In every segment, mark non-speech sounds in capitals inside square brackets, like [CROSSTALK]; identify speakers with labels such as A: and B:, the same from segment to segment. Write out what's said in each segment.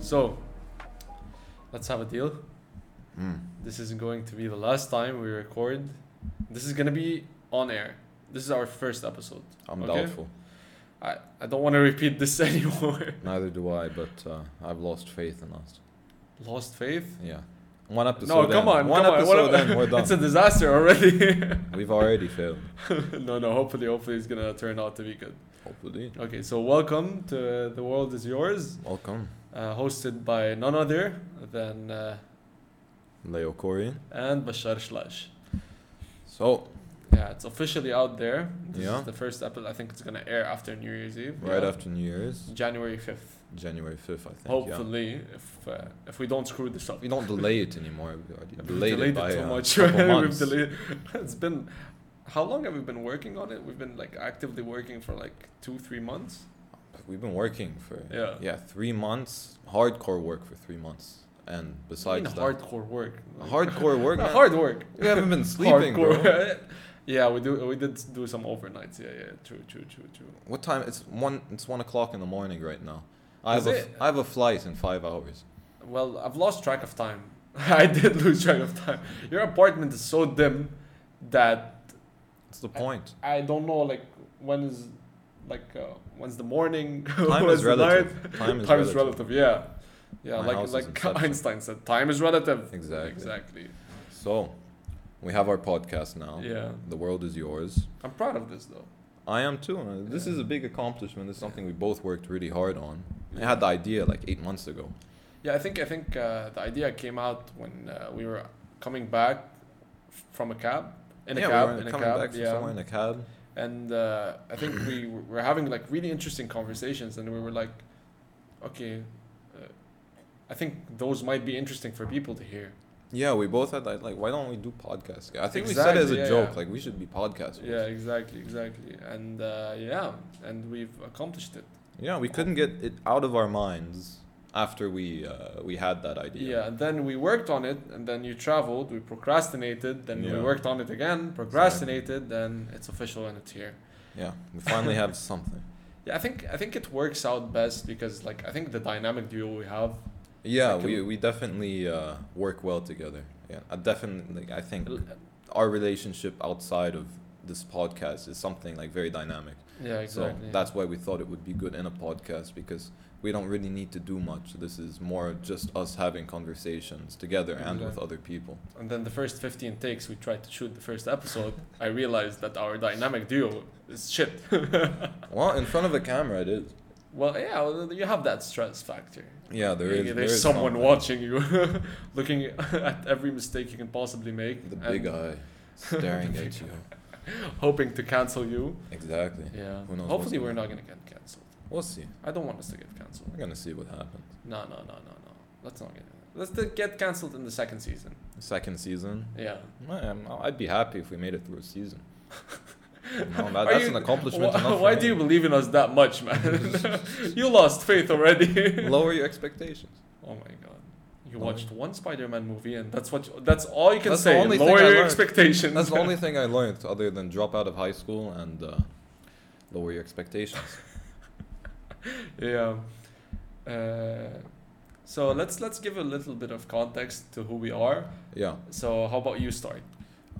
A: So, let's have a deal.
B: Hmm.
A: This isn't going to be the last time we record. This is going to be on air. This is our first episode.
B: I'm
A: Okay.
B: doubtful.
A: I, I don't want to repeat this [LAUGHS] anymore.
B: Neither do I, but uh, I've lost faith in us.
A: Lost faith?
B: Yeah. One episode.
A: no, come
B: in.
A: on.
B: One
A: come on. What
B: episode
A: am- [LAUGHS]
B: in, we're done.
A: It's a disaster already. [LAUGHS]
B: We've already failed.
A: no, no. Hopefully, hopefully it's gonna turn out to be good.
B: Hopefully.
A: Okay, so welcome to the world is yours,
B: Welcome,
A: uh, hosted by none other than uh,
B: Leo Corian.
A: and Bashar Shlash.
B: So,
A: Yeah, it's officially out there. This
B: Yeah.
A: is the first episode. I think it's gonna air after New Year's Eve.
B: right
A: yeah.
B: after New Year's,
A: January fifth.
B: January 5th, I think. Yeah.
A: Hopefully, if uh, if we don't screw this up.
B: We don't delay it anymore. We already
A: We've
B: delayed, it by
A: too
B: uh,
A: much.
B: couple
A: [LAUGHS] We've
B: months.
A: delayed. It's been how long have we been working on it? We've been like actively working for like two, three months.
B: We've been working for
A: Yeah.
B: yeah three months, hardcore work for three months, and
A: I mean,
B: besides that,
A: hardcore work. Like- [LAUGHS]
B: hardcore work.
A: No,
B: man.
A: hard work.
B: We haven't been sleeping, bro.
A: [LAUGHS] yeah, we do. We did do some overnights. Yeah, yeah. True, true, true, true.
B: What time? It's one. It's one o'clock in the morning right now. I
A: Is
B: have a f-
A: it?
B: I have a flight in five hours.
A: Well, I've lost track of time. [LAUGHS] I did lose track of time. Your apartment is so dim that
B: That's the
A: [LAUGHS]
B: point.
A: I don't know like when is like uh, when's the morning. [LAUGHS]
B: Time
A: when's
B: is
A: the
B: relative.
A: night.
B: Time is relative.
A: Yeah, yeah.
B: My house
A: like
B: is
A: like
B: Inception.
A: Einstein said, time is relative.
B: Exactly.
A: Exactly.
B: So, we have our podcast now.
A: Yeah.
B: The world is yours.
A: I'm proud of this though.
B: I am too. man. This
A: Yeah.
B: is a big accomplishment. This is something we both worked really hard on.
A: Yeah.
B: I had the idea like eight months ago.
A: Yeah, I think I think uh, the idea came out when uh, we were coming back f- from a cab in a
B: yeah,
A: cab
B: we were
A: in a
B: coming
A: cab.
B: back from
A: yeah,
B: somewhere in a cab.
A: and uh, I think we w- were having like really interesting conversations, and we were like, okay, uh, I think those might be interesting for people to hear.
B: Yeah, we both had that. Like, why don't we do podcasts? I think we said it as a
A: Exactly, yeah,
B: joke.
A: yeah.
B: Like, we should be podcasters.
A: Yeah, exactly, exactly, and uh, yeah, and we've accomplished it.
B: Yeah, we couldn't get it out of our minds after we uh, we had that idea.
A: Yeah, and then we worked on it, and then you traveled, we procrastinated, then we
B: Yeah.
A: worked on it again, procrastinated, then it's official and it's here.
B: Yeah, we finally have
A: [LAUGHS]
B: something.
A: Yeah, I think I think it works out best because like I think the dynamic duo we have,
B: Yeah,
A: Like,
B: we,
A: um,
B: we definitely uh, work well together. Yeah, I definitely. I think our relationship outside of this podcast is something like very dynamic.
A: yeah, exactly.
B: So that's why we thought it would be good in a podcast because we don't really need to do much. This is more just us having conversations together and with
A: Exactly.
B: other people.
A: and then the first 15 takes we tried to shoot the first episode, I realized that our dynamic duo is shit.
B: Well, in front of a camera, it is.
A: well, yeah, well, you have that stress factor.
B: Yeah, there is.
A: there's
B: there is
A: someone
B: something.
A: watching you, [LAUGHS] looking at every mistake you can possibly make.
B: The
A: and
B: big
A: [LAUGHS]
B: eye staring at you.
A: hoping to cancel you.
B: Exactly.
A: Yeah.
B: Who knows
A: Hopefully,
B: what's
A: we're not
B: gonna
A: gonna get canceled.
B: We'll see.
A: I don't want us to get canceled.
B: We're gonna see what happens.
A: No, no, no, no, no. Let's not get. Let's t- get canceled in the second season.
B: Second season.
A: Yeah.
B: I'm- I'd be happy if we made it through a season. You know, that-
A: [LAUGHS] Are
B: that's
A: you-
B: an accomplishment.
A: Wh-
B: enough for
A: why
B: me.
A: do you believe in us that much, man? [LAUGHS] you lost faith
B: [LAUGHS]
A: already.
B: lower your expectations?
A: oh my god. You
B: Lower-
A: watched one Spider-Man movie and that's what you- that's all you can
B: That's the
A: say.
B: only thing
A: Lower
B: I
A: your
B: learned.
A: expectations.
B: That's the only thing I learned other than drop out of high school and uh, lower your expectations.
A: [LAUGHS] yeah. Uh, so let's let's give a little bit of context to who we are.
B: Yeah,
A: So how about you start?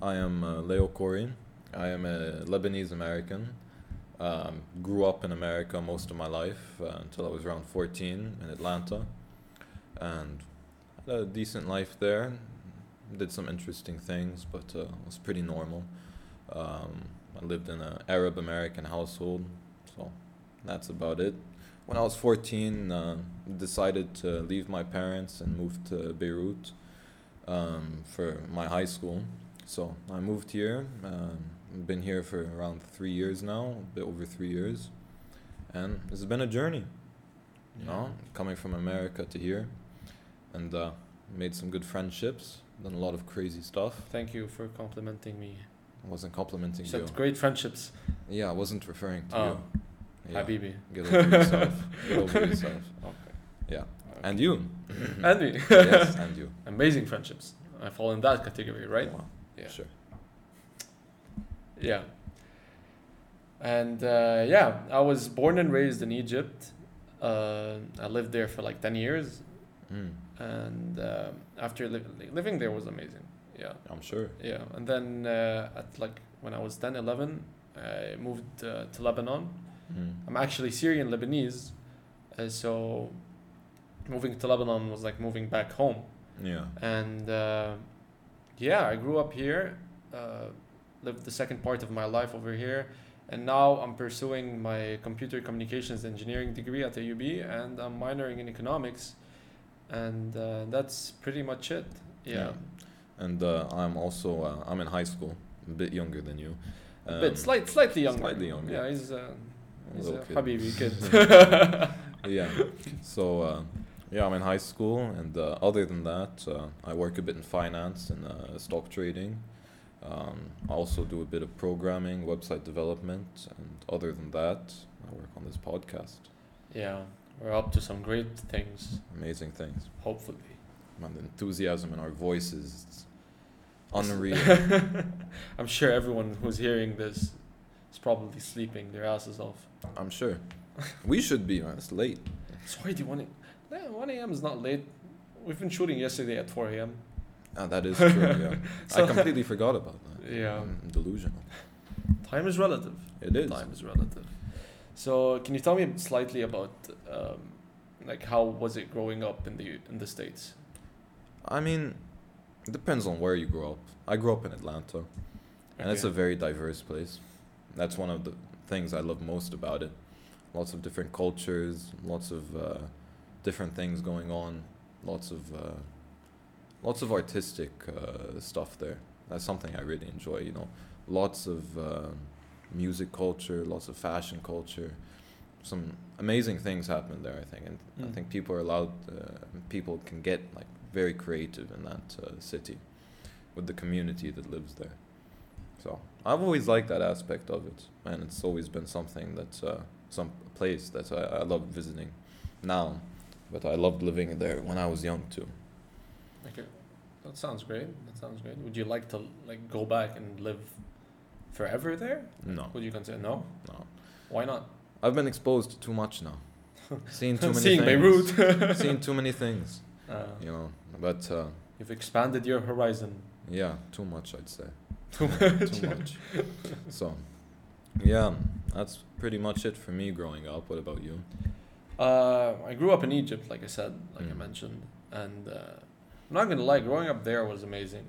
B: I am uh, Leo Corey. I am a Lebanese American. Um, grew up in America most of my life uh, until I was around 14 in Atlanta. And had a decent life there. Did some interesting things, but uh, was pretty normal. Um, I lived in an Arab American household, so that's about it. When I was 14, uh, decided to leave my parents and move to Beirut um, for my high school. So I moved here. Um, been here for around three years now, a bit over three years, and it's been a journey. You know, coming from America to here, and uh, made some good friendships. Done a lot of crazy stuff.
A: Thank you for complimenting me.
B: I wasn't complimenting you.
A: Such great friendships.
B: Yeah, I wasn't referring to
A: Oh.
B: you. Yeah.
A: Habibi.
B: Get over yourself. Get
A: [LAUGHS]
B: over yourself. Yeah. And you.
A: And me.
B: [LAUGHS] yes, and you.
A: Amazing friendships. I fall in that category, [LAUGHS] right?
B: Wow.
A: Yeah.
B: Sure.
A: Yeah. And uh, yeah, I was born and raised in Egypt. Uh, I lived there for like 10 years.
B: Mm,
A: and um, after li- li- living there was amazing yeah
B: I'm sure.
A: yeah and then uh, at like when i was 10 11 i moved uh, to lebanon
B: Mm.
A: i'm actually syrian lebanese uh, so moving to lebanon was like moving back home
B: Yeah.
A: and uh, yeah i grew up here uh, lived the second part of my life over here and now i'm pursuing my computer communications engineering degree at aub and i'm minoring in economics and uh, that's pretty much it yeah,
B: Yeah. And uh, I'm also uh, I'm in high school, a bit younger than you.
A: but slight, slightly younger
B: Um, slightly younger.
A: yeah he's, uh,
B: a
A: he's
B: little
A: a
B: kid.
A: habibi kid
B: [LAUGHS]
A: [LAUGHS]
B: yeah. So uh, yeah, I'm in high school, and uh, other than that, uh, I work a bit in finance and uh, stock trading. Um, I also do a bit of programming, website development, and other than that, I work on this podcast.
A: yeah we're up to some great things
B: Amazing things.
A: hopefully [LAUGHS]
B: Man, the enthusiasm in our voices, it's unreal.
A: i'm sure everyone who's hearing this is probably sleeping their asses off
B: I'm sure. We should be. Man. It's late.
A: Sorry, do you want it? Yeah, 1 a.m. is not late. We've been shooting yesterday at 4 a.m.
B: Ah, that is true. Yeah.
A: [LAUGHS] So-
B: I completely forgot about that.
A: Yeah.
B: I'm delusional.
A: Time is relative.
B: It is.
A: Time is relative. So, can you tell me slightly about, um, like, how was it growing up in the in the states?
B: I mean, it depends on where you grow up. I grew up in Atlanta, and it's a
A: Okay.
B: very diverse place. That's one of the things I love most about it. Lots of different cultures, lots of uh, different things going on, lots of uh, lots of artistic uh, stuff there. That's something I really enjoy. You know, lots of uh, music culture, lots of fashion culture. Some amazing things happen there, I think, and I
A: Mm.
B: think people are allowed. Uh, people can get like very creative in that uh, city, with the community that lives there. So I've always liked that aspect of it, and it's always been something that's uh, some place that I, I love visiting now, but I loved living there when I was young too.
A: okay. That sounds great. That sounds great. Would you like to like go back and live forever there?
B: No,
A: Would you consider no?
B: no,
A: Why not?
B: I've been exposed to too
A: [LAUGHS]
B: much now. Seen too many
A: Seeing
B: things.
A: Beirut.
B: [LAUGHS] Seen too many things,
A: Uh,
B: you know. But uh,
A: You've expanded your horizon.
B: yeah, too much I'd say.
A: Too
B: too much. So, yeah, that's pretty much it for me growing up. What about you?
A: Uh, I grew up in Egypt, like I said, like I
B: Mm.
A: mentioned, and uh, I'm not gonna lie, growing up there was amazing.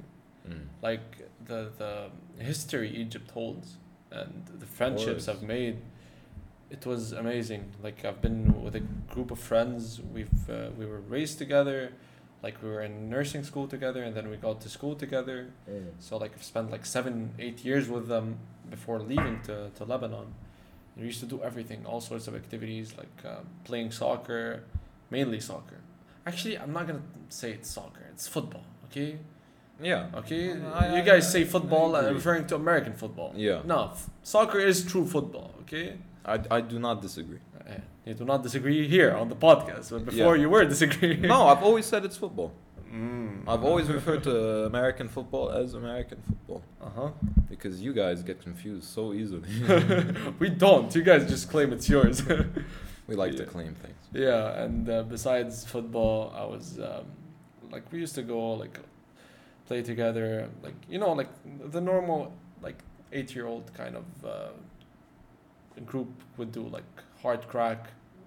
B: Mm.
A: Like the the history Egypt holds and the friendships
B: course.
A: I've made, it was amazing. Like I've been with a group of friends. We've uh, we were raised together, like we were in nursing school together, and then we got to school together. So like I've spent like seven, eight years with them before leaving to, to Lebanon. And we used to do everything, all sorts of activities like um, playing soccer, mainly soccer. Actually, I'm not gonna say it's soccer. It's football. Okay,
B: Yeah.
A: okay.
B: I-
A: you
B: I-
A: guys
B: I-
A: say
B: I
A: football, uh,
B: agree.
A: referring to American football.
B: Yeah.
A: No, f- soccer is true football. Okay.
B: I, I do not
A: [LAUGHS]
B: disagree.
A: Eh, You do not disagree here on the podcast, but before
B: Yeah.
A: you were disagreeing. [LAUGHS]
B: no, I've always said it's football.
A: Mm.
B: I've always referred to American football as American football
A: Uh
B: [LAUGHS]
A: huh.
B: because you guys get confused so easily.
A: [LAUGHS]
B: [LAUGHS]
A: we don't. You guys just claim it's yours. [LAUGHS]
B: we like to
A: Yeah.
B: claim things.
A: Yeah, and uh, besides football, I was um, like we used to go like play together, like you know, like the normal like eight year old kind of uh, group would do like hard crack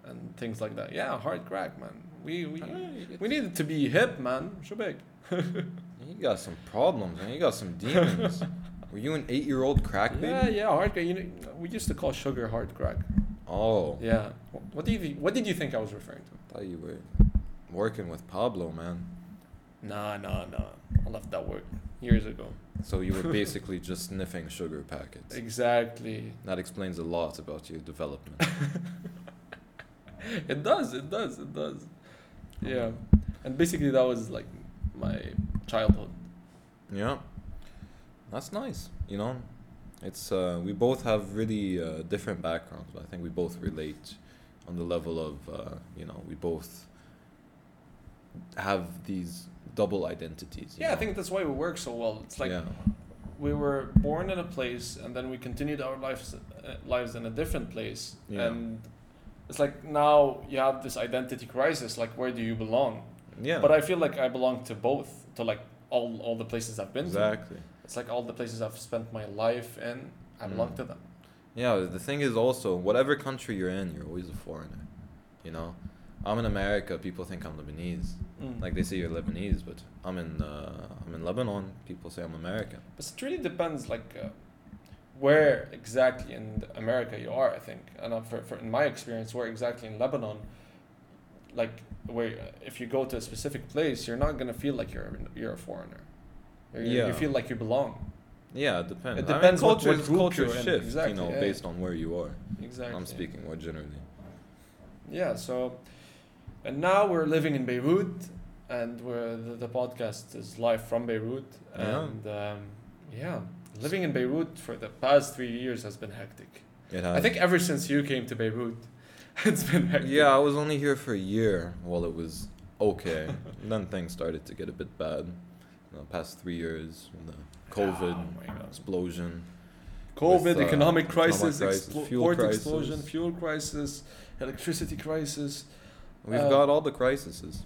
A: and things like that. Yeah, hard crack, man. We we we needed to be hip, man. Shubek.
B: You got some problems, man. You got some
A: [LAUGHS]
B: demons. Were you an eight-year-old crack baby?
A: Yeah, yeah, hard crack. You know, we used to call sugar hard crack.
B: Oh,
A: Yeah. Wh- What did you what did you think I was referring to?
B: thought you were working with Pablo, man.
A: Nah, nah, nah. I left that work years ago.
B: So
A: [LAUGHS]
B: you were basically just sniffing sugar packets.
A: Exactly.
B: That explains a lot about your
A: [LAUGHS]
B: development.
A: It does. It does. It does. Yeah, and basically that was like my childhood.
B: Yeah, that's nice. You know, it's uh, we both have really uh, different backgrounds, but I think we both relate on the level of uh, you know we both have these double identities. you
A: Yeah, I
B: know?
A: think that's why we work so well. It's like
B: yeah,
A: we were born in a place, and then we continued our lives uh, lives in a different place,
B: Yeah.
A: and it's like now you have this identity crisis. Like, where do you belong?
B: Yeah.
A: But I feel like I belong to both, to like all all the places I've been to.
B: exactly.
A: It's like all the places I've spent my life in, I belong
B: Mm.
A: to them.
B: Yeah, the thing is also, whatever country you're in, you're always a foreigner. You know, I'm in America. People think I'm Lebanese.
A: Mm.
B: Like they say you're Lebanese, but I'm in uh, I'm in Lebanon. People say I'm American.
A: But it really depends, like, uh, where exactly in America you are. I think, and uh, for, for in my experience, where exactly in Lebanon, like, where uh, if you go to a specific place, you're not gonna feel like you're you're a foreigner. You're, you-
B: Yeah.
A: You feel like you belong.
B: Yeah, it depends.
A: It
B: I mean,
A: depends what-
B: cultures-
A: what group
B: cultures
A: you're in.
B: shift,
A: Exactly,
B: you know,
A: yeah.
B: based on where you are.
A: Exactly.
B: I'm speaking more generally.
A: Yeah. So, and now we're living in Beirut, and we're the, the podcast is live from Beirut,
B: Yeah.
A: and um, yeah, living in Beirut for the past three years has been hectic.
B: It
A: I
B: has-
A: think ever since you came to Beirut, [LAUGHS] it's been hectic.
B: Yeah, I was only here for a year while it was
A: [LAUGHS]
B: okay. And then things started to get a bit bad. You know, past three years, the COVID
A: Oh my God.
B: explosion.
A: COVID,
B: With, uh,
A: economic
B: economic
A: crisis,
B: crisis,
A: explo-
B: fuel
A: port
B: crisis.
A: explosion, fuel crisis, electricity crisis.
B: We've
A: Uh,
B: got all the crises.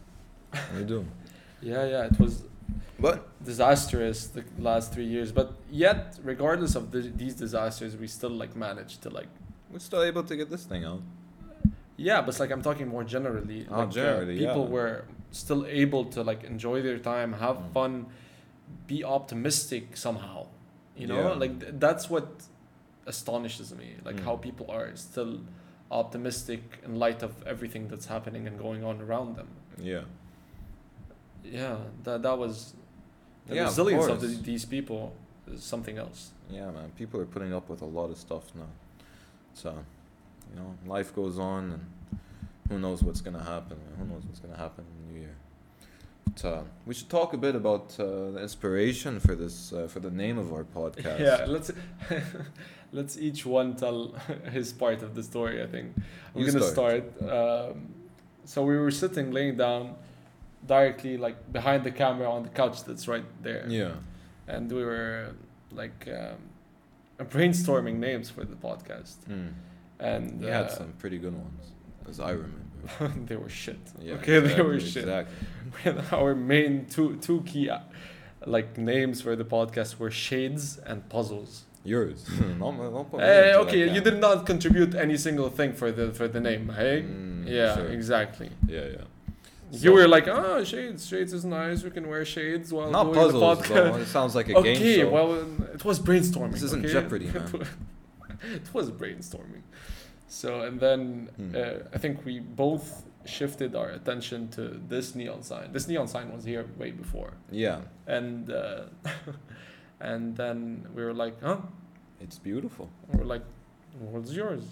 B: We do.
A: Yeah, yeah, it was
B: But
A: disastrous the last three years. But yet, regardless of the, these disasters, we still like managed to like.
B: we're still able to get this thing out.
A: Yeah, but it's like I'm talking more generally.
B: Oh,
A: like, uh,
B: generally,
A: people
B: yeah.
A: were still able to like enjoy their time, have
B: Mm.
A: fun, be optimistic somehow. You know,
B: Yeah.
A: like th- that's what astonishes me. Like how
B: Mm.
A: people are still optimistic in light of everything that's happening and going on around them.
B: Yeah.
A: Yeah, that that was the
B: yeah,
A: resilience of,
B: course.
A: the, these people is something else.
B: Yeah, man. People are putting up with a lot of stuff now. So, you know, life goes on, and who knows what's gonna happen? man. Who knows what's gonna happen in the new year? But uh, we should talk a bit about uh, the inspiration for this, uh, for the name of our podcast.
A: Yeah, let's [LAUGHS] let's each one tell [LAUGHS] his part of the story. I think I'm
B: You
A: gonna start. um, so we were sitting, laying down, directly like behind the camera on the couch that's right there,
B: Yeah.
A: and we were like um, brainstorming names for the podcast,
B: Mm.
A: and
B: You
A: uh,
B: had some pretty good ones, as I remember.
A: [LAUGHS] they were shit.
B: Yeah,
A: okay, [LAUGHS] they were
B: exactly,
A: shit.
B: Exactly.
A: Our main two two key uh, like names for the podcast were shades and puzzles.
B: Yours. [LAUGHS] Not my- not my
A: Eh,
B: names, I
A: okay, you
B: can't.
A: did not contribute any single thing for the for the name, hey?
B: Mm,
A: yeah,
B: sure.
A: exactly.
B: Yeah, yeah.
A: you
B: So-
A: were like, oh, shades, shades is nice. We can wear shades while
B: Not
A: doing
B: puzzles.
A: the
B: though.
A: podcast.
B: It sounds
A: [LAUGHS]
B: like a
A: okay,
B: game show.
A: well, it was brainstorming.
B: This isn't
A: okay?
B: Jeopardy, man.
A: [LAUGHS] It wa- it was brainstorming. So and then
B: Hmm.
A: uh, I think we both shifted our attention to this neon sign. This neon sign was here way before,
B: yeah,
A: and uh, [LAUGHS] and then we were like, huh?
B: it's beautiful.
A: We We're like, what's yours?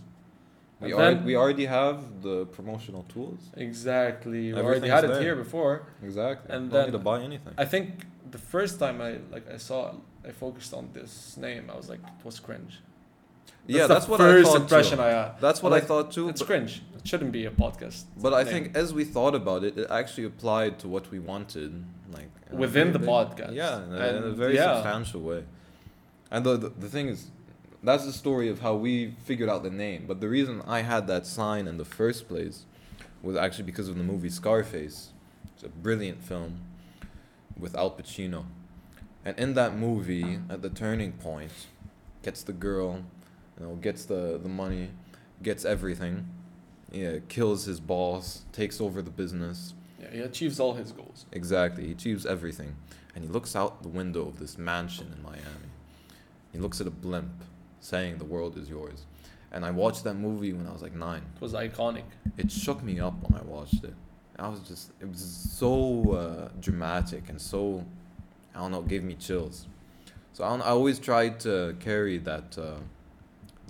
B: We,
A: And
B: alre-
A: then-
B: we already have the promotional tools.
A: Exactly. We already
B: Everything's
A: had it
B: there.
A: here before.
B: Exactly.
A: And
B: don't
A: then-
B: need to buy anything.
A: I think the first time I like I saw I focused on this name, I was like, it was cringe.
B: yeah,
A: the
B: that's what
A: first
B: I thought
A: impression
B: too.
A: I had.
B: that's what
A: I
B: I
A: was like,
B: thought too.
A: It's
B: but-
A: cringe. It shouldn't be a podcast.
B: But I
A: name.
B: think as we thought about it, it actually applied to what we wanted, like uh,
A: Within the
B: they-
A: podcast.
B: Yeah, in a, in a
A: And-
B: very
A: yeah.
B: substantial way. And the, the the thing is, that's the story of how we figured out the name. But the reason I had that sign in the first place was actually because of the movie Scarface. It's a brilliant film with Al Pacino, and in that movie, at the turning point, gets the girl, you know, gets the the money, gets everything. Yeah, kills his boss, takes over the business.
A: yeah, he achieves all his goals.
B: Exactly, he achieves everything. And he looks out the window of this mansion in Miami. He looks at a blimp saying, The world is yours. And I watched that movie when I was like nine.
A: It was iconic.
B: It shook me up when I watched it. I was just, it was so uh, dramatic and so, I don't know, it gave me chills. So I, don't, I always tried to carry that, uh,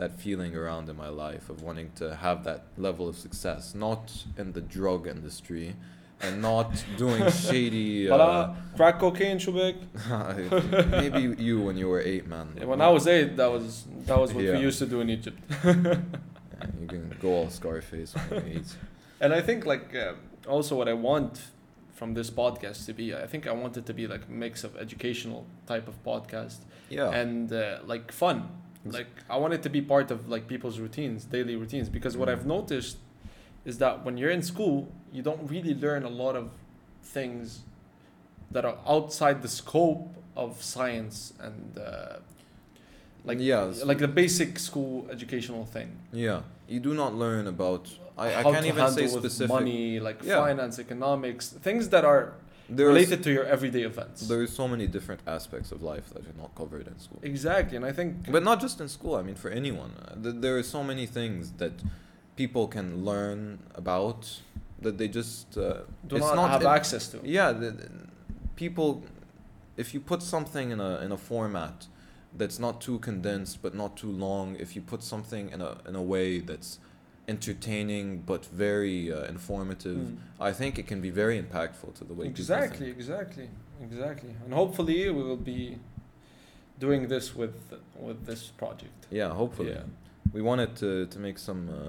B: that feeling around in my life of wanting to have that level of success, not in the drug industry and not doing
A: [LAUGHS]
B: shady. Uh,
A: But crack cocaine, Shubek.
B: [LAUGHS] maybe you when you
A: [LAUGHS]
B: were eight, man.
A: When I was eight, that was that was what
B: Yeah.
A: we used to do in Egypt.
B: Yeah, you can go all Scarface when you're eight.
A: And I think like um also what I want from this podcast to be, I think I want it to be like a mix of educational type of podcast
B: Yeah.
A: and uh, like fun.
B: Ex-
A: Like I want it to be part of like people's routines, daily routines. Because what I've noticed is that when you're in school, you don't really learn a lot of things that are outside the scope of science and uh, like
B: Yeah,
A: like the basic school educational thing.
B: Yeah, you do not learn about. I, I
A: How
B: can't
A: to
B: even say
A: handle with
B: specific.
A: money, like
B: Yeah.
A: finance, economics, things that are
B: There is
A: related to your everyday events.
B: there is so many different aspects of life that are not covered in school.
A: Exactly, and I think
B: But not just in school. I mean, for anyone, Uh, th- there are so many things that people can learn about that they just uh,
A: do
B: it's
A: not,
B: not
A: have
B: in-
A: access to.
B: yeah. The, the- people, if you put something in a in a format that's not too condensed but not too long, if you put something in a in a way that's entertaining but very uh, informative,
A: Mm.
B: I think it can be very impactful to the way people think.
A: Exactly, exactly, exactly. And hopefully we will be doing this with with this project.
B: Yeah, hopefully.
A: Yeah.
B: We want it to, to make some uh,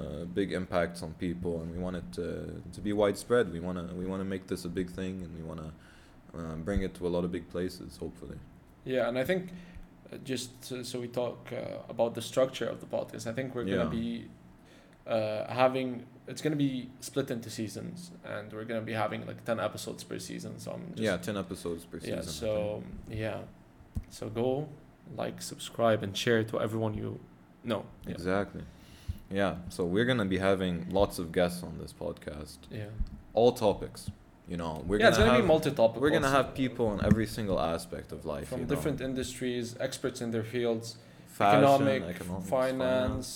B: big impacts on people, and we want it to, to be widespread. We wanna we wanna make this a big thing, and we wanna uh, bring it to a lot of big places. Hopefully.
A: Yeah, and I think uh, just so, so we talk uh, about the structure of the podcast, I think we're
B: Yeah.
A: going to be uh, having it's going to be split into seasons, and we're going to be having like ten episodes per season. So I'm just
B: yeah, ten episodes per season.
A: yeah.
B: I think.
A: So yeah, so go like, subscribe, and share to everyone you know. Yeah.
B: Exactly. Yeah. So we're gonna be having lots of guests on this podcast,
A: Yeah,
B: all topics. You know, we're
A: yeah. It's
B: gonna
A: going to
B: have
A: be multi-topic.
B: we're gonna
A: also,
B: have people on every single aspect of life.
A: from
B: you know.
A: different industries, experts in their fields,
B: Fashion,
A: economic,
B: economics,
A: finance,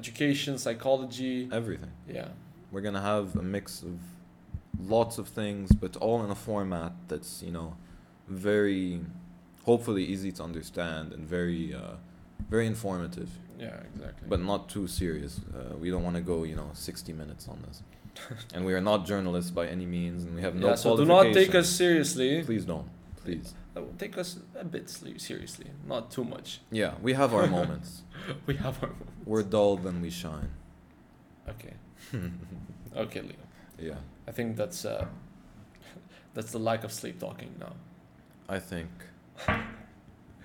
A: education, psychology.
B: everything.
A: Yeah.
B: We're gonna have a mix of lots of things, but all in a format that's you know very, hopefully easy to understand and very, uh, very informative,
A: Yeah, exactly.
B: but not too serious. Uh, we don't want to go you know sixty minutes on
A: [LAUGHS]
B: this, and we are not journalists by any means, and we have no.
A: yeah, so do not take us
B: qualifications.
A: seriously.
B: Please don't. Please.
A: Uh, Take us a bit sli- seriously, not too much.
B: Yeah, we have our moments.
A: [LAUGHS] We have our.
B: We're dull, then we shine.
A: Okay. Okay, Leo.
B: [LAUGHS] yeah,
A: I think that's uh, [LAUGHS] that's the lack of sleep talking now.
B: I think.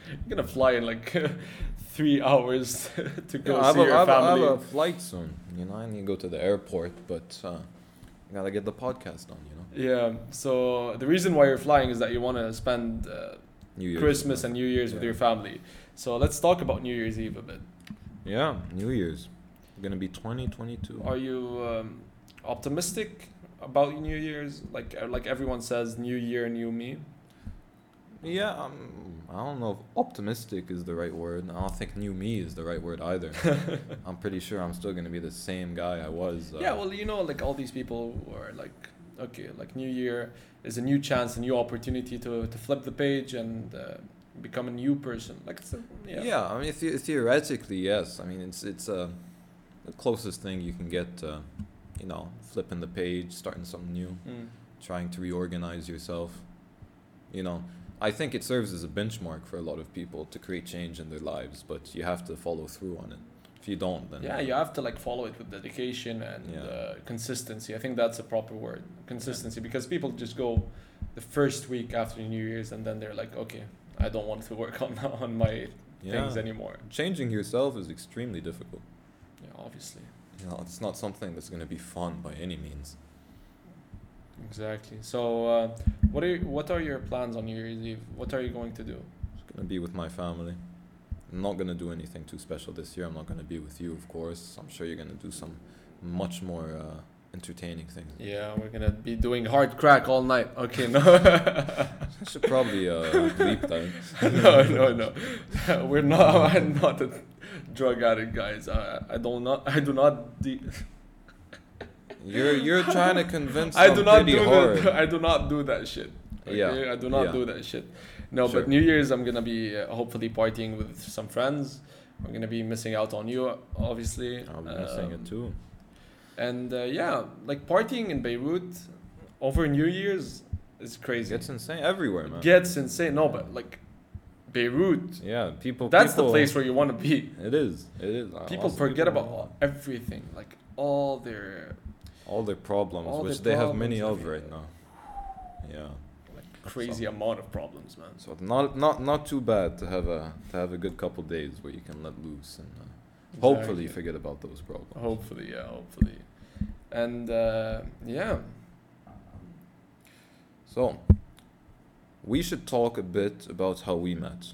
A: You're gonna fly in like [LAUGHS] three hours [LAUGHS] to go
B: Yeah, I, have
A: see
B: a,
A: your
B: I have a- I
A: family.
B: have a flight soon. You know, I need to go to the airport, but uh, I gotta get the podcast done. You know,
A: Yeah. So the reason why you're flying is that you want to spend uh,
B: New Year's.
A: Christmas and New Year's with
B: Yeah.
A: your family. So let's talk about New Year's Eve a bit.
B: yeah, New Year's. We're gonna be twenty twenty two.
A: Are you um, optimistic about New Year's? Like uh, like everyone says, New Year, New Me.
B: Yeah, um, I don't know if optimistic is the right word. and I don't think new me is the right word
A: [LAUGHS]
B: either. I'm pretty sure I'm still gonna be the same guy I was. Uh,
A: Yeah, well, you know, like all these people who are like, okay, like New Year is a new chance, a new opportunity to, to flip the page and uh, become a new person. Like, it's a, yeah.
B: Yeah. I mean, the- theoretically, yes. I mean, it's it's uh, the closest thing you can get. Uh, you know, flipping the page, starting something new,
A: Mm.
B: trying to reorganize yourself. You know, I think it serves as a benchmark for a lot of people to create change in their lives, but you have to follow through on it. If you don't, then
A: Yeah, you have to like follow it with dedication and
B: Yeah.
A: uh, consistency. I think that's a proper word, consistency, because people just go the first week after New Year's and then they're like, okay, I don't want to work [LAUGHS] on on my
B: yeah.
A: things anymore.
B: Changing yourself is extremely difficult.
A: Yeah, obviously.
B: You know, it's not something that's going to be fun by any means.
A: Exactly. So, uh, what are what are your plans on New Year's Eve? What are you going to do?
B: It's going to be with my family. I'm not going to do anything too special this year. I'm not going to be with you, of course. I'm sure you're going to do some much more uh, entertaining things.
A: Yeah, we're gonna be doing hard crack all night. Okay, no, [LAUGHS]
B: I should probably uh, bleep
A: [LAUGHS]
B: that.
A: no, no, no. [LAUGHS] We're not. I'm not a drug addict, guys. I, I do not. I do not. De-
B: You're
A: [LAUGHS]
B: you're trying to convince
A: I
B: them
A: do not
B: pretty
A: do
B: hard. [LAUGHS]
A: that. [LAUGHS] I do not do that shit. Okay?
B: Yeah,
A: I do not
B: yeah.
A: do that shit. No,
B: Sure.
A: but New Year's I'm gonna be uh, hopefully partying with some friends. We're gonna be missing out on you, obviously.
B: I'm missing
A: Um,
B: it too.
A: And uh, yeah, like partying in Beirut over New Year's is crazy.
B: It's insane everywhere,
A: It
B: man.
A: gets insane. No, but like Beirut,
B: yeah, people.
A: that's
B: people,
A: the place where you want to be.
B: It is. It is. Uh,
A: People
B: lots of
A: forget
B: people-
A: about all- everything, like all their
B: all their problems,
A: all
B: which
A: their
B: they have many
A: problems,
B: of
A: I mean,
B: right now. Yeah.
A: like, crazy amount of problems, man.
B: So not not not too bad to have a to have a good couple days where you can let loose and uh, hopefully
A: Exactly.
B: forget about those problems.
A: Hopefully, yeah, hopefully, and uh, yeah,
B: So, we should talk a bit about how we met.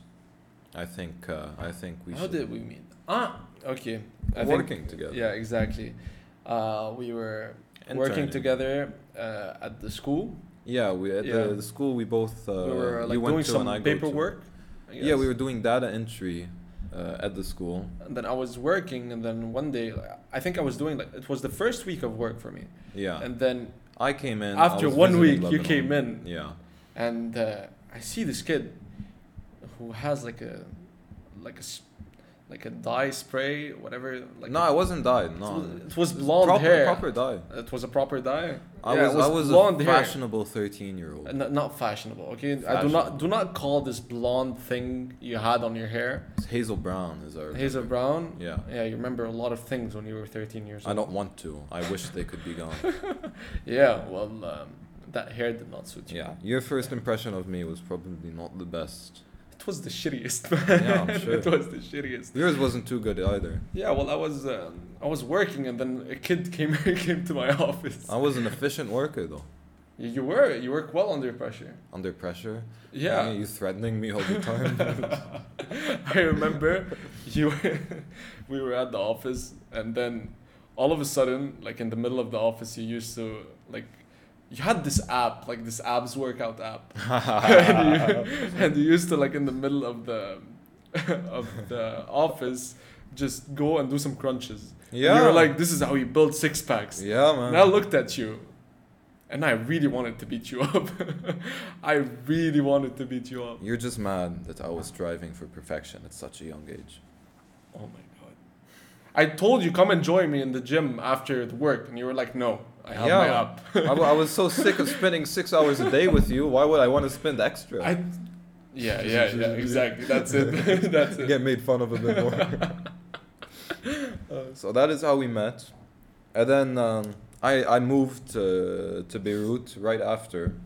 B: I think uh, I think we
A: How
B: should
A: did we meet? Ah, okay. I think-
B: working together.
A: Yeah, exactly. Uh, we were working
B: Interning.
A: together uh, at the school.
B: Yeah, we at
A: Yeah.
B: The, the school we both uh,
A: we were
B: you
A: like
B: went
A: doing
B: to and I
A: some
B: go to.
A: paperwork. I
B: Yeah, we
A: guess.
B: were doing data entry uh, at the school.
A: And then I was working, and then one day, like, I think I was doing like it was the first week of work for me.
B: Yeah,
A: And then
B: I came in I
A: after
B: was
A: one week,
B: visiting
A: you came
B: Lebanon.
A: in,
B: Yeah,
A: and uh, I see this kid who has like a like a s- like a dye spray, whatever. Like
B: no,
A: a-
B: I wasn't dyed.
A: it
B: No,
A: was, it was blonde
B: proper,
A: hair.
B: Proper dye.
A: It was a proper dye.
B: I
A: Yeah, it
B: was,
A: was
B: I was
A: blonde
B: a
A: hair.
B: fashionable thirteen year old.
A: N- not fashionable, okay. I do not
B: Fashionable.
A: do not call this blonde thing you had on your hair
B: Hazel Brown is our.
A: hazel brown.
B: Yeah,
A: Yeah, you remember a lot of things when you were thirteen years
B: I
A: old.
B: don't want to. I wish they could be
A: [LAUGHS]
B: gone.
A: Yeah, well, um, that hair did not suit you.
B: yeah, your first impression of me was probably not the best.
A: It was the shittiest. Man.
B: Yeah, I'm sure.
A: [LAUGHS] it was the shittiest.
B: Yours wasn't too good either.
A: Yeah, well, I was um, I was working, and then a kid [LAUGHS] came came to my office.
B: I was an efficient worker though.
A: You- You were you work well under pressure.
B: Under pressure.
A: Yeah.
B: You threatening me all the time. [LAUGHS]
A: I remember you were, [LAUGHS] we were at the office and then all of a sudden like in the middle of the office you used to like you had this app like this abs workout
B: [LAUGHS]
A: app [LAUGHS] and, you, and you used to like in the middle of the [LAUGHS] of the office just go and do some crunches And [LAUGHS]
B: yeah.
A: you were like this is how you build six packs
B: Yeah, man.
A: and I looked at you and I really wanted to beat you up [LAUGHS] I really wanted to beat you up
B: You're just mad that I was striving for perfection at such a young
A: [LAUGHS]
B: age.
A: Oh my god. I told you come and join me in the gym after the work, and you were like, no, I have my
B: Yeah.
A: app.
B: I, wa- I was so sick of spending six hours a day with you. Why would I want to spend extra?
A: I, yeah, yeah, yeah,
B: [LAUGHS]
A: exactly. That's it. That's it.
B: Get made fun of a bit
A: [LAUGHS]
B: more. so that is how we met, and then um, I I moved to to Beirut right after uh,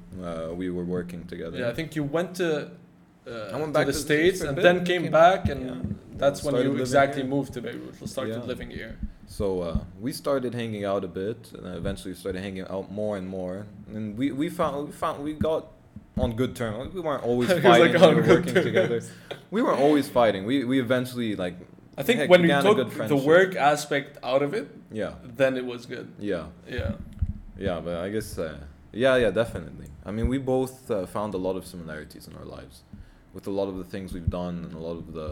B: we were working together.
A: Yeah, I think you went to. Uh,
B: I went
A: to
B: back
A: the
B: to the States
A: states
B: for a
A: and
B: bit,
A: then came,
B: came-
A: back, and
B: yeah.
A: that's when
B: Started
A: you
B: living
A: exactly
B: here.
A: moved to Beirut. Started
B: Yeah.
A: living here.
B: So uh, we started hanging out a bit, and then eventually started hanging out more and more. And we, we found we found we got on good terms. Like, we weren't always
A: [LAUGHS] It was
B: fighting.
A: like
B: we
A: on
B: were
A: good
B: working together. We weren't always fighting. We we eventually like.
A: I think
B: heck,
A: when you
B: began a
A: took
B: good
A: the
B: friendship.
A: work aspect out of it,
B: Yeah,
A: then it was good.
B: yeah,
A: Yeah.
B: yeah. But I guess uh, yeah, yeah, definitely. I mean, we both uh, found a lot of similarities in our lives, with a lot of the things we've done and a lot of the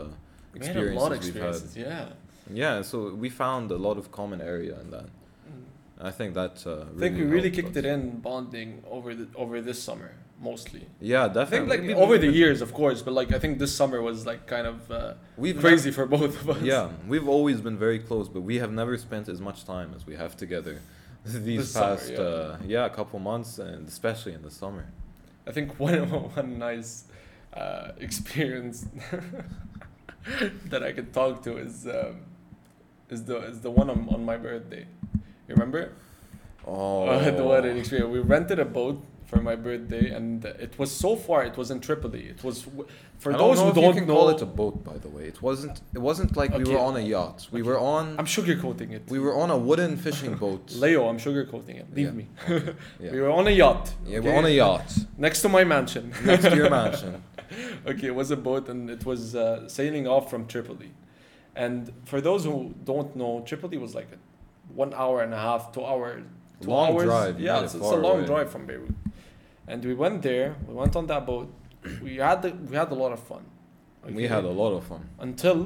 A: We had a lot of
B: experiences we've had.
A: experiences. Yeah.
B: Yeah, so we found a lot of common area in that.
A: Mm.
B: I think that. Uh,
A: I think we really
B: helped
A: kicked
B: us.
A: it in bonding over the, over this summer mostly.
B: Yeah,
A: I think
B: definitely.
A: like over the years, of course, but like I think this summer was like kind of uh,
B: We've
A: crazy for both of us.
B: yeah, we've always been very close, but we have never spent as much time as we have together [LAUGHS] these
A: This summer,
B: past
A: yeah.
B: uh, yeah couple months, and especially in the summer.
A: [LAUGHS] I think one [LAUGHS] one nice uh, experience [LAUGHS] that I could talk to is um, is the is the one on, on my birthday. You remember? [LAUGHS]
B: Oh,
A: Uh, the one in experience. We rented a boat for my birthday, and it was so far. It was in Tripoli. It was w- for
B: I
A: those
B: don't know
A: who
B: if
A: don't
B: you can
A: know.
B: call it a boat, by the way. It wasn't. It wasn't like we were
A: Okay.
B: on a yacht. We were on.
A: I'm sugarcoating it.
B: we were on a wooden fishing
A: [LAUGHS]
B: boat.
A: Leo, I'm sugarcoating it. Leave
B: Yeah.
A: me. [LAUGHS]
B: Yeah,
A: We were on a yacht.
B: Yeah, we're
A: okay?
B: on a yacht
A: Next to my mansion.
B: [LAUGHS] next to your mansion.
A: [LAUGHS] okay, it was a boat and it was uh, sailing off from Tripoli. And for those who don't know, Tripoli was like a one hour and a half, two hour, two
B: Long
A: hours.
B: drive,
A: Yeah,
B: not
A: it's,
B: that
A: it's a
B: far
A: long
B: away.
A: drive from Beirut. And we went there. We went on that boat. We had the, we had a lot of fun.
B: We
A: okay?
B: had a lot of fun.
A: until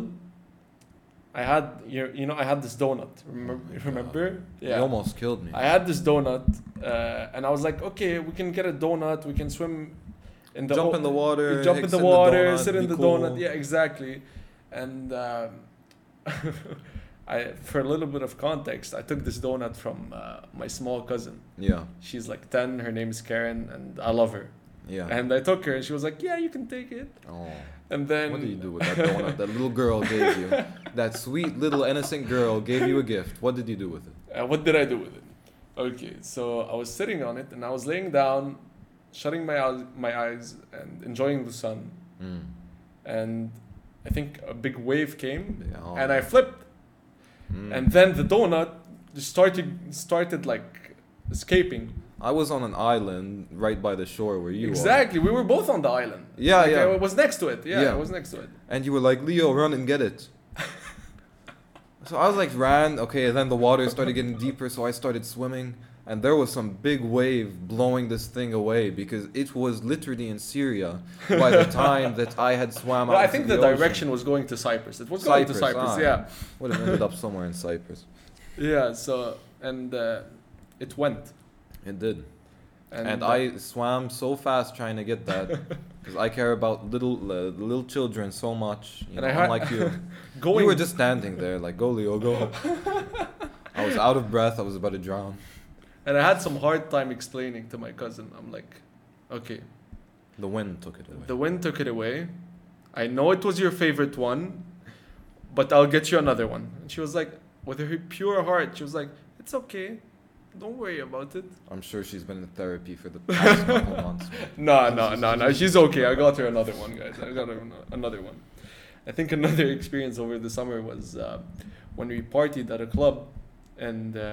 A: I had you you know I had this donut. Remember?
B: my God.
A: remember?
B: You almost killed me.
A: I had this donut, uh, and I was like, okay, we can get a donut. We can swim in the
B: jump
A: o-
B: in the water.
A: you jump in
B: ex-
A: the water,
B: donut,
A: sit
B: be
A: in the
B: cool.
A: donut. Yeah, exactly. And um, [LAUGHS] I, for a little bit of context, I took this donut from uh, my small cousin.
B: Yeah,
A: She's like ten. Her name is Karen, and I love her.
B: yeah.
A: And I took her, and she was like, "Yeah, you can take it."
B: oh.
A: And then
B: What do you do with that donut that little girl gave
A: [LAUGHS]
B: you? That sweet little innocent girl gave you a gift. What did you do with it?
A: Uh, what did I do with it? Okay, so I was sitting on it and I was laying down, shutting my eyes, my eyes and enjoying the sun.
B: Mm.
A: And I think a big wave came
B: Yeah.
A: and I flipped.
B: Mm.
A: And then the donut just started started like escaping.
B: I was on an island right by the shore where you
A: exactly. We were both on the island.
B: Yeah,
A: Like,
B: yeah.
A: I was next to it. Yeah,
B: Yeah.
A: I was next to it.
B: are. And you were like, Leo, run and get it. so I was like, ran. Okay, and then the water started getting deeper, so I started swimming. And there was some big wave blowing this thing away because it was literally in Syria by
A: [LAUGHS]
B: the time that I had swam
A: Well,
B: out
A: I
B: into
A: think the,
B: ocean.
A: direction was going to Cyprus. It was going to
B: Cyprus,
A: Cyprus.
B: ah.
A: Yeah,
B: would have ended up somewhere in Cyprus.
A: yeah. So and uh, it went.
B: It did. And,
A: uh,
B: I swam so fast trying to get
A: [LAUGHS]
B: that because I care about little uh, little children so much. You
A: And I
B: know,
A: heard-
B: unlike
A: [LAUGHS]
B: you,
A: going
B: you were just standing there like, "Go, Leo, go!" I was out of breath. I was about to drown.
A: and I had some hard time explaining to my cousin. I'm like, okay,
B: The wind took it away.
A: the wind took it away. I know it was your favorite one, but I'll get you another one. And she was like, with her pure heart, she was like, it's okay, don't worry about it.
B: I'm sure she's been in therapy for the past
A: [LAUGHS]
B: couple months.
A: No, no, no, no. She's okay. I got her another one, guys. I got her an- another one. I think another [LAUGHS] experience over the summer was uh, when we partied at a club, and uh,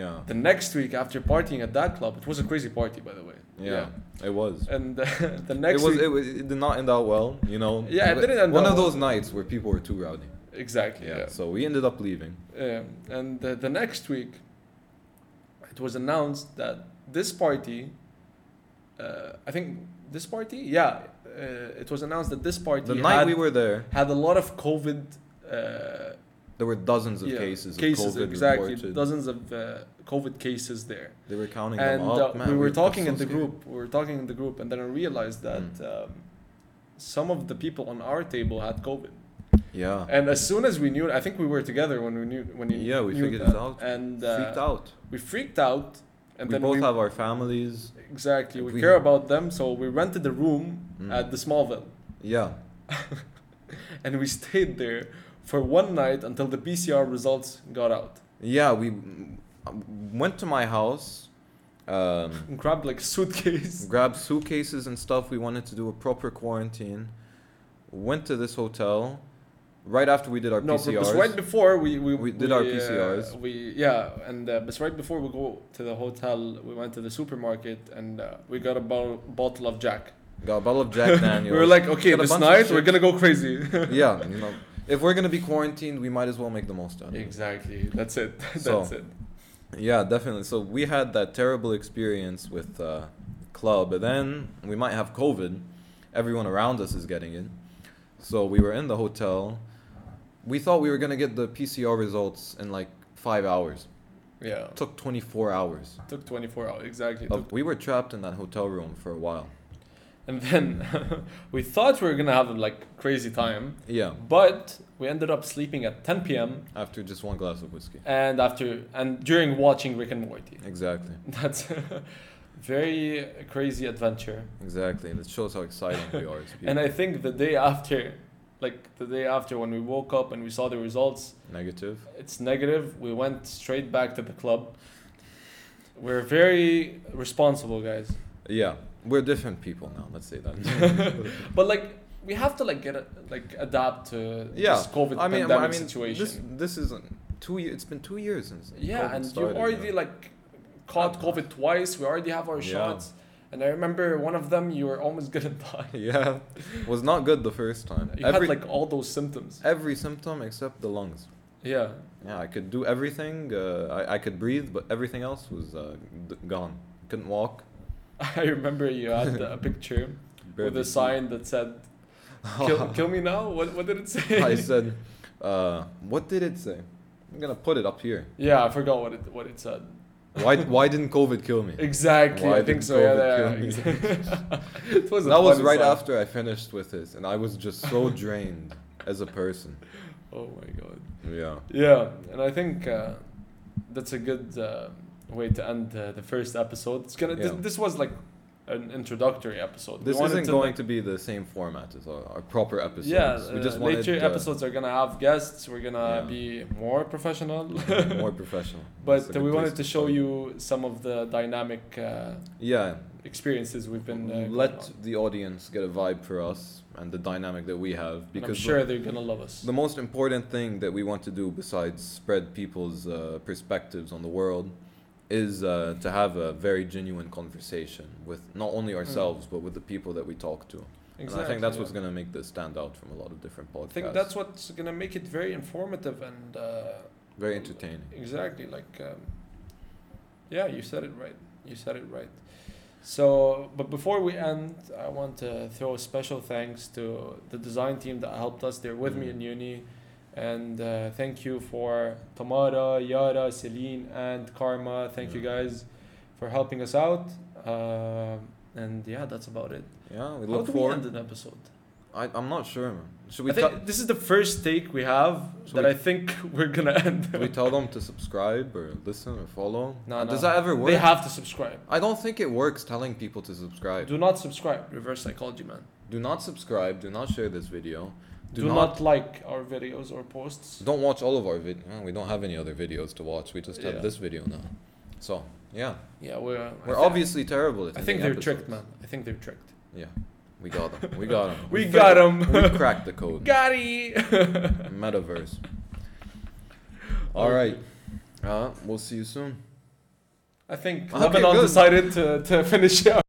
B: Yeah,
A: the next week after partying at that club, it was a crazy party, by the way.
B: yeah, it was.
A: And uh, the [LAUGHS] next
B: it was.
A: week,
B: It, was, it did not end out well. You know.
A: Yeah, it didn't end
B: One
A: out
B: of
A: well.
B: those nights where people were too rowdy.
A: exactly. Yeah.
B: So we ended up leaving.
A: Um, and the, the next week, it was announced that this party, uh, I think this party, yeah, uh, it was announced that this party
B: The
A: had,
B: night we were there,
A: had a lot of COVID. Uh,
B: there were dozens of
A: yeah,
B: cases, of COVID
A: exactly,
B: reported.
A: dozens of uh, COVID cases there.
B: They were counting
A: And
B: them up.
A: uh,
B: man,
A: we were
B: that's
A: talking
B: so
A: in the
B: scary.
A: group. We were talking in the group, and then I realized that
B: Hmm.
A: um, some of the people on our table had COVID.
B: Yeah.
A: And as soon as we knew, I think we were together when we knew when you
B: Yeah, we
A: knew
B: figured it
A: that.
B: out.
A: and uh,
B: Freaked out.
A: we freaked out, and
B: we
A: then
B: both
A: we
B: have our families.
A: exactly we,
B: we-
A: care about them, so we rented a room
B: Mm.
A: at the Smallville,
B: Yeah.
A: and we stayed there for one night until the PCR results got out
B: Yeah, we mm, went to my house, um,
A: and grabbed like a suitcase.
B: grabbed suitcases and stuff. We wanted to do a proper quarantine. Went to this hotel right after we did our
A: No, but-
B: PCRs.
A: but right before we we,
B: We did our
A: uh,
B: PCRs.
A: we yeah, and uh, but right before we go to the hotel, we went to the supermarket and uh, we got a bo- bottle of Jack.
B: Got a bottle of
A: [LAUGHS]
B: Jack Daniels.
A: we were like, okay,
B: Got a
A: this
B: bunch of
A: night we're
B: shit.
A: gonna go crazy.
B: yeah, you know, if we're gonna be quarantined, we might as well make the most out of it.
A: exactly. That's it. [LAUGHS] That's
B: So,
A: it.
B: Yeah, definitely. So we had that terrible experience with uh, club, but then we might have COVID. Everyone around us is getting it. So we were in the hotel. We thought we were gonna get the PCR results in like five hours.
A: Yeah.
B: It took 24 hours.
A: Took 24 hours exactly.
B: Of- we were trapped in that hotel room for a while.
A: And then [LAUGHS] we thought we were gonna have like crazy time,
B: Yeah,
A: but we ended up sleeping at 10 p.m.
B: after just one glass of whiskey.
A: and after and during watching Rick and Morty. [LAUGHS]
B: Exactly,
A: That's [LAUGHS] a very crazy adventure.
B: exactly. And it shows how exciting we are as people.
A: [LAUGHS] And I think the day after, like the day after when we woke up and we saw the results,
B: Negative.
A: it's negative. We went straight back to the club. We're very responsible guys.
B: Yeah, we're different people now. Let's say that.
A: But like we have to like get a, like adapt to
B: yeah.
A: this COVID
B: I mean,
A: pandemic
B: I mean,
A: situation.
B: This, this is two. ye- It's been two years since.
A: yeah,
B: COVID
A: and
B: started,
A: you already
B: yeah. Uh,
A: like caught COVID twice. We already have our
B: Yeah.
A: shots. And I remember one of them, you were almost [LAUGHS] gonna die.
B: [LAUGHS] Yeah, was not good the first time.
A: You had
B: every
A: like all those symptoms.
B: every symptom except the lungs.
A: Yeah,
B: Yeah, I could do everything. Uh, I I could breathe, but everything else was uh, d- gone. Couldn't walk.
A: [LAUGHS] I remember you had
B: [LAUGHS]
A: a picture with
B: barely-
A: a sign that said kill, kill me now what, what did it say
B: [LAUGHS] I said, uh, what did it say? I'm gonna put it up here.
A: [LAUGHS] yeah i forgot what it what it said
B: Why why didn't COVID kill me?
A: exactly
B: Why
A: i think
B: did
A: so yeah, yeah,
B: COVID kill
A: yeah. [LAUGHS] it was a
B: That was
A: funny
B: right
A: sign.
B: after I finished with this, and I was just so drained as a person.
A: oh my god
B: Yeah.
A: yeah and i think uh, that's a good uh, way to end uh, the first episode it's gonna
B: Yeah.
A: this, this was like an introductory episode We
B: This
A: wanted
B: isn't
A: to,
B: going
A: like-
B: to be the same format as our, our proper episodes.
A: yeah,
B: we
A: uh,
B: just wanted
A: later
B: uh,
A: episodes are gonna have guests. We're gonna
B: Yeah.
A: be more
B: [LAUGHS]
A: professional,
B: [LAUGHS] more professional. That's a
A: [LAUGHS] but uh,
B: good
A: we wanted
B: place
A: to show
B: start.
A: you some of the dynamic uh,
B: Yeah, Mm,
A: experiences we've been. Uh, going
B: let
A: on.
B: the audience get a vibe for us and the dynamic that we have
A: And
B: because
A: I'm sure they're gonna love us.
B: the, the most important thing that we want to do besides spread people's uh, perspectives on the world is uh, to have a very genuine conversation with not only ourselves but with the people that we talk to.
A: Mm. Exactly.
B: and I think that's
A: yeah.
B: what's going to make this stand out from a lot of different
A: I
B: podcasts.
A: think that's what's gonna make it very informative and uh,
B: very entertaining.
A: exactly like um, yeah, you said it right. You said it right. So, but before we end, I want to throw a special thanks to the design team that helped us. They're with me
B: Mm.
A: in uni, and uh, thank you for Tamara, Yara, Celine, and Karma. Thank you
B: Yeah.
A: guys for helping us out. Um and yeah, that's about it.
B: Yeah, we
A: How
B: look
A: do
B: forward.
A: we end an episode?
B: I, I'm not sure, man. Should
A: I
B: we,
A: think
B: tell
A: this is the first take we have
B: So
A: that
B: we-
A: I think [LAUGHS] we're gonna end.
B: should we tell them to subscribe or listen or follow?
A: [LAUGHS] No,
B: Uh,
A: no.
B: Does that ever work?
A: They have to subscribe.
B: I don't think it works telling people to subscribe. Do,
A: Do not subscribe. Reverse psychology, man.
B: not subscribe. Do not share this video.
A: Do,
B: Do
A: not,
B: not-
A: like our videos or posts.
B: Don't watch all of our videos. We don't have any other videos to watch. We just
A: Yeah.
B: have this video now. So, yeah.
A: Yeah, we're I
B: We're
A: thi-
B: obviously terrible
A: I
B: at
A: think
B: ending
A: they're
B: episodes.
A: tricked, man. I think they're tricked.
B: Yeah. We got
A: [LAUGHS]
B: them. We got them.
A: We got 'em.
B: We cracked the code.
A: [LAUGHS] Got it. [LAUGHS]
B: Metaverse. All
A: Oh.
B: right. Uh, we'll see you soon.
A: I think
B: Okay,
A: Lebanon
B: good.
A: decided to, to finish out.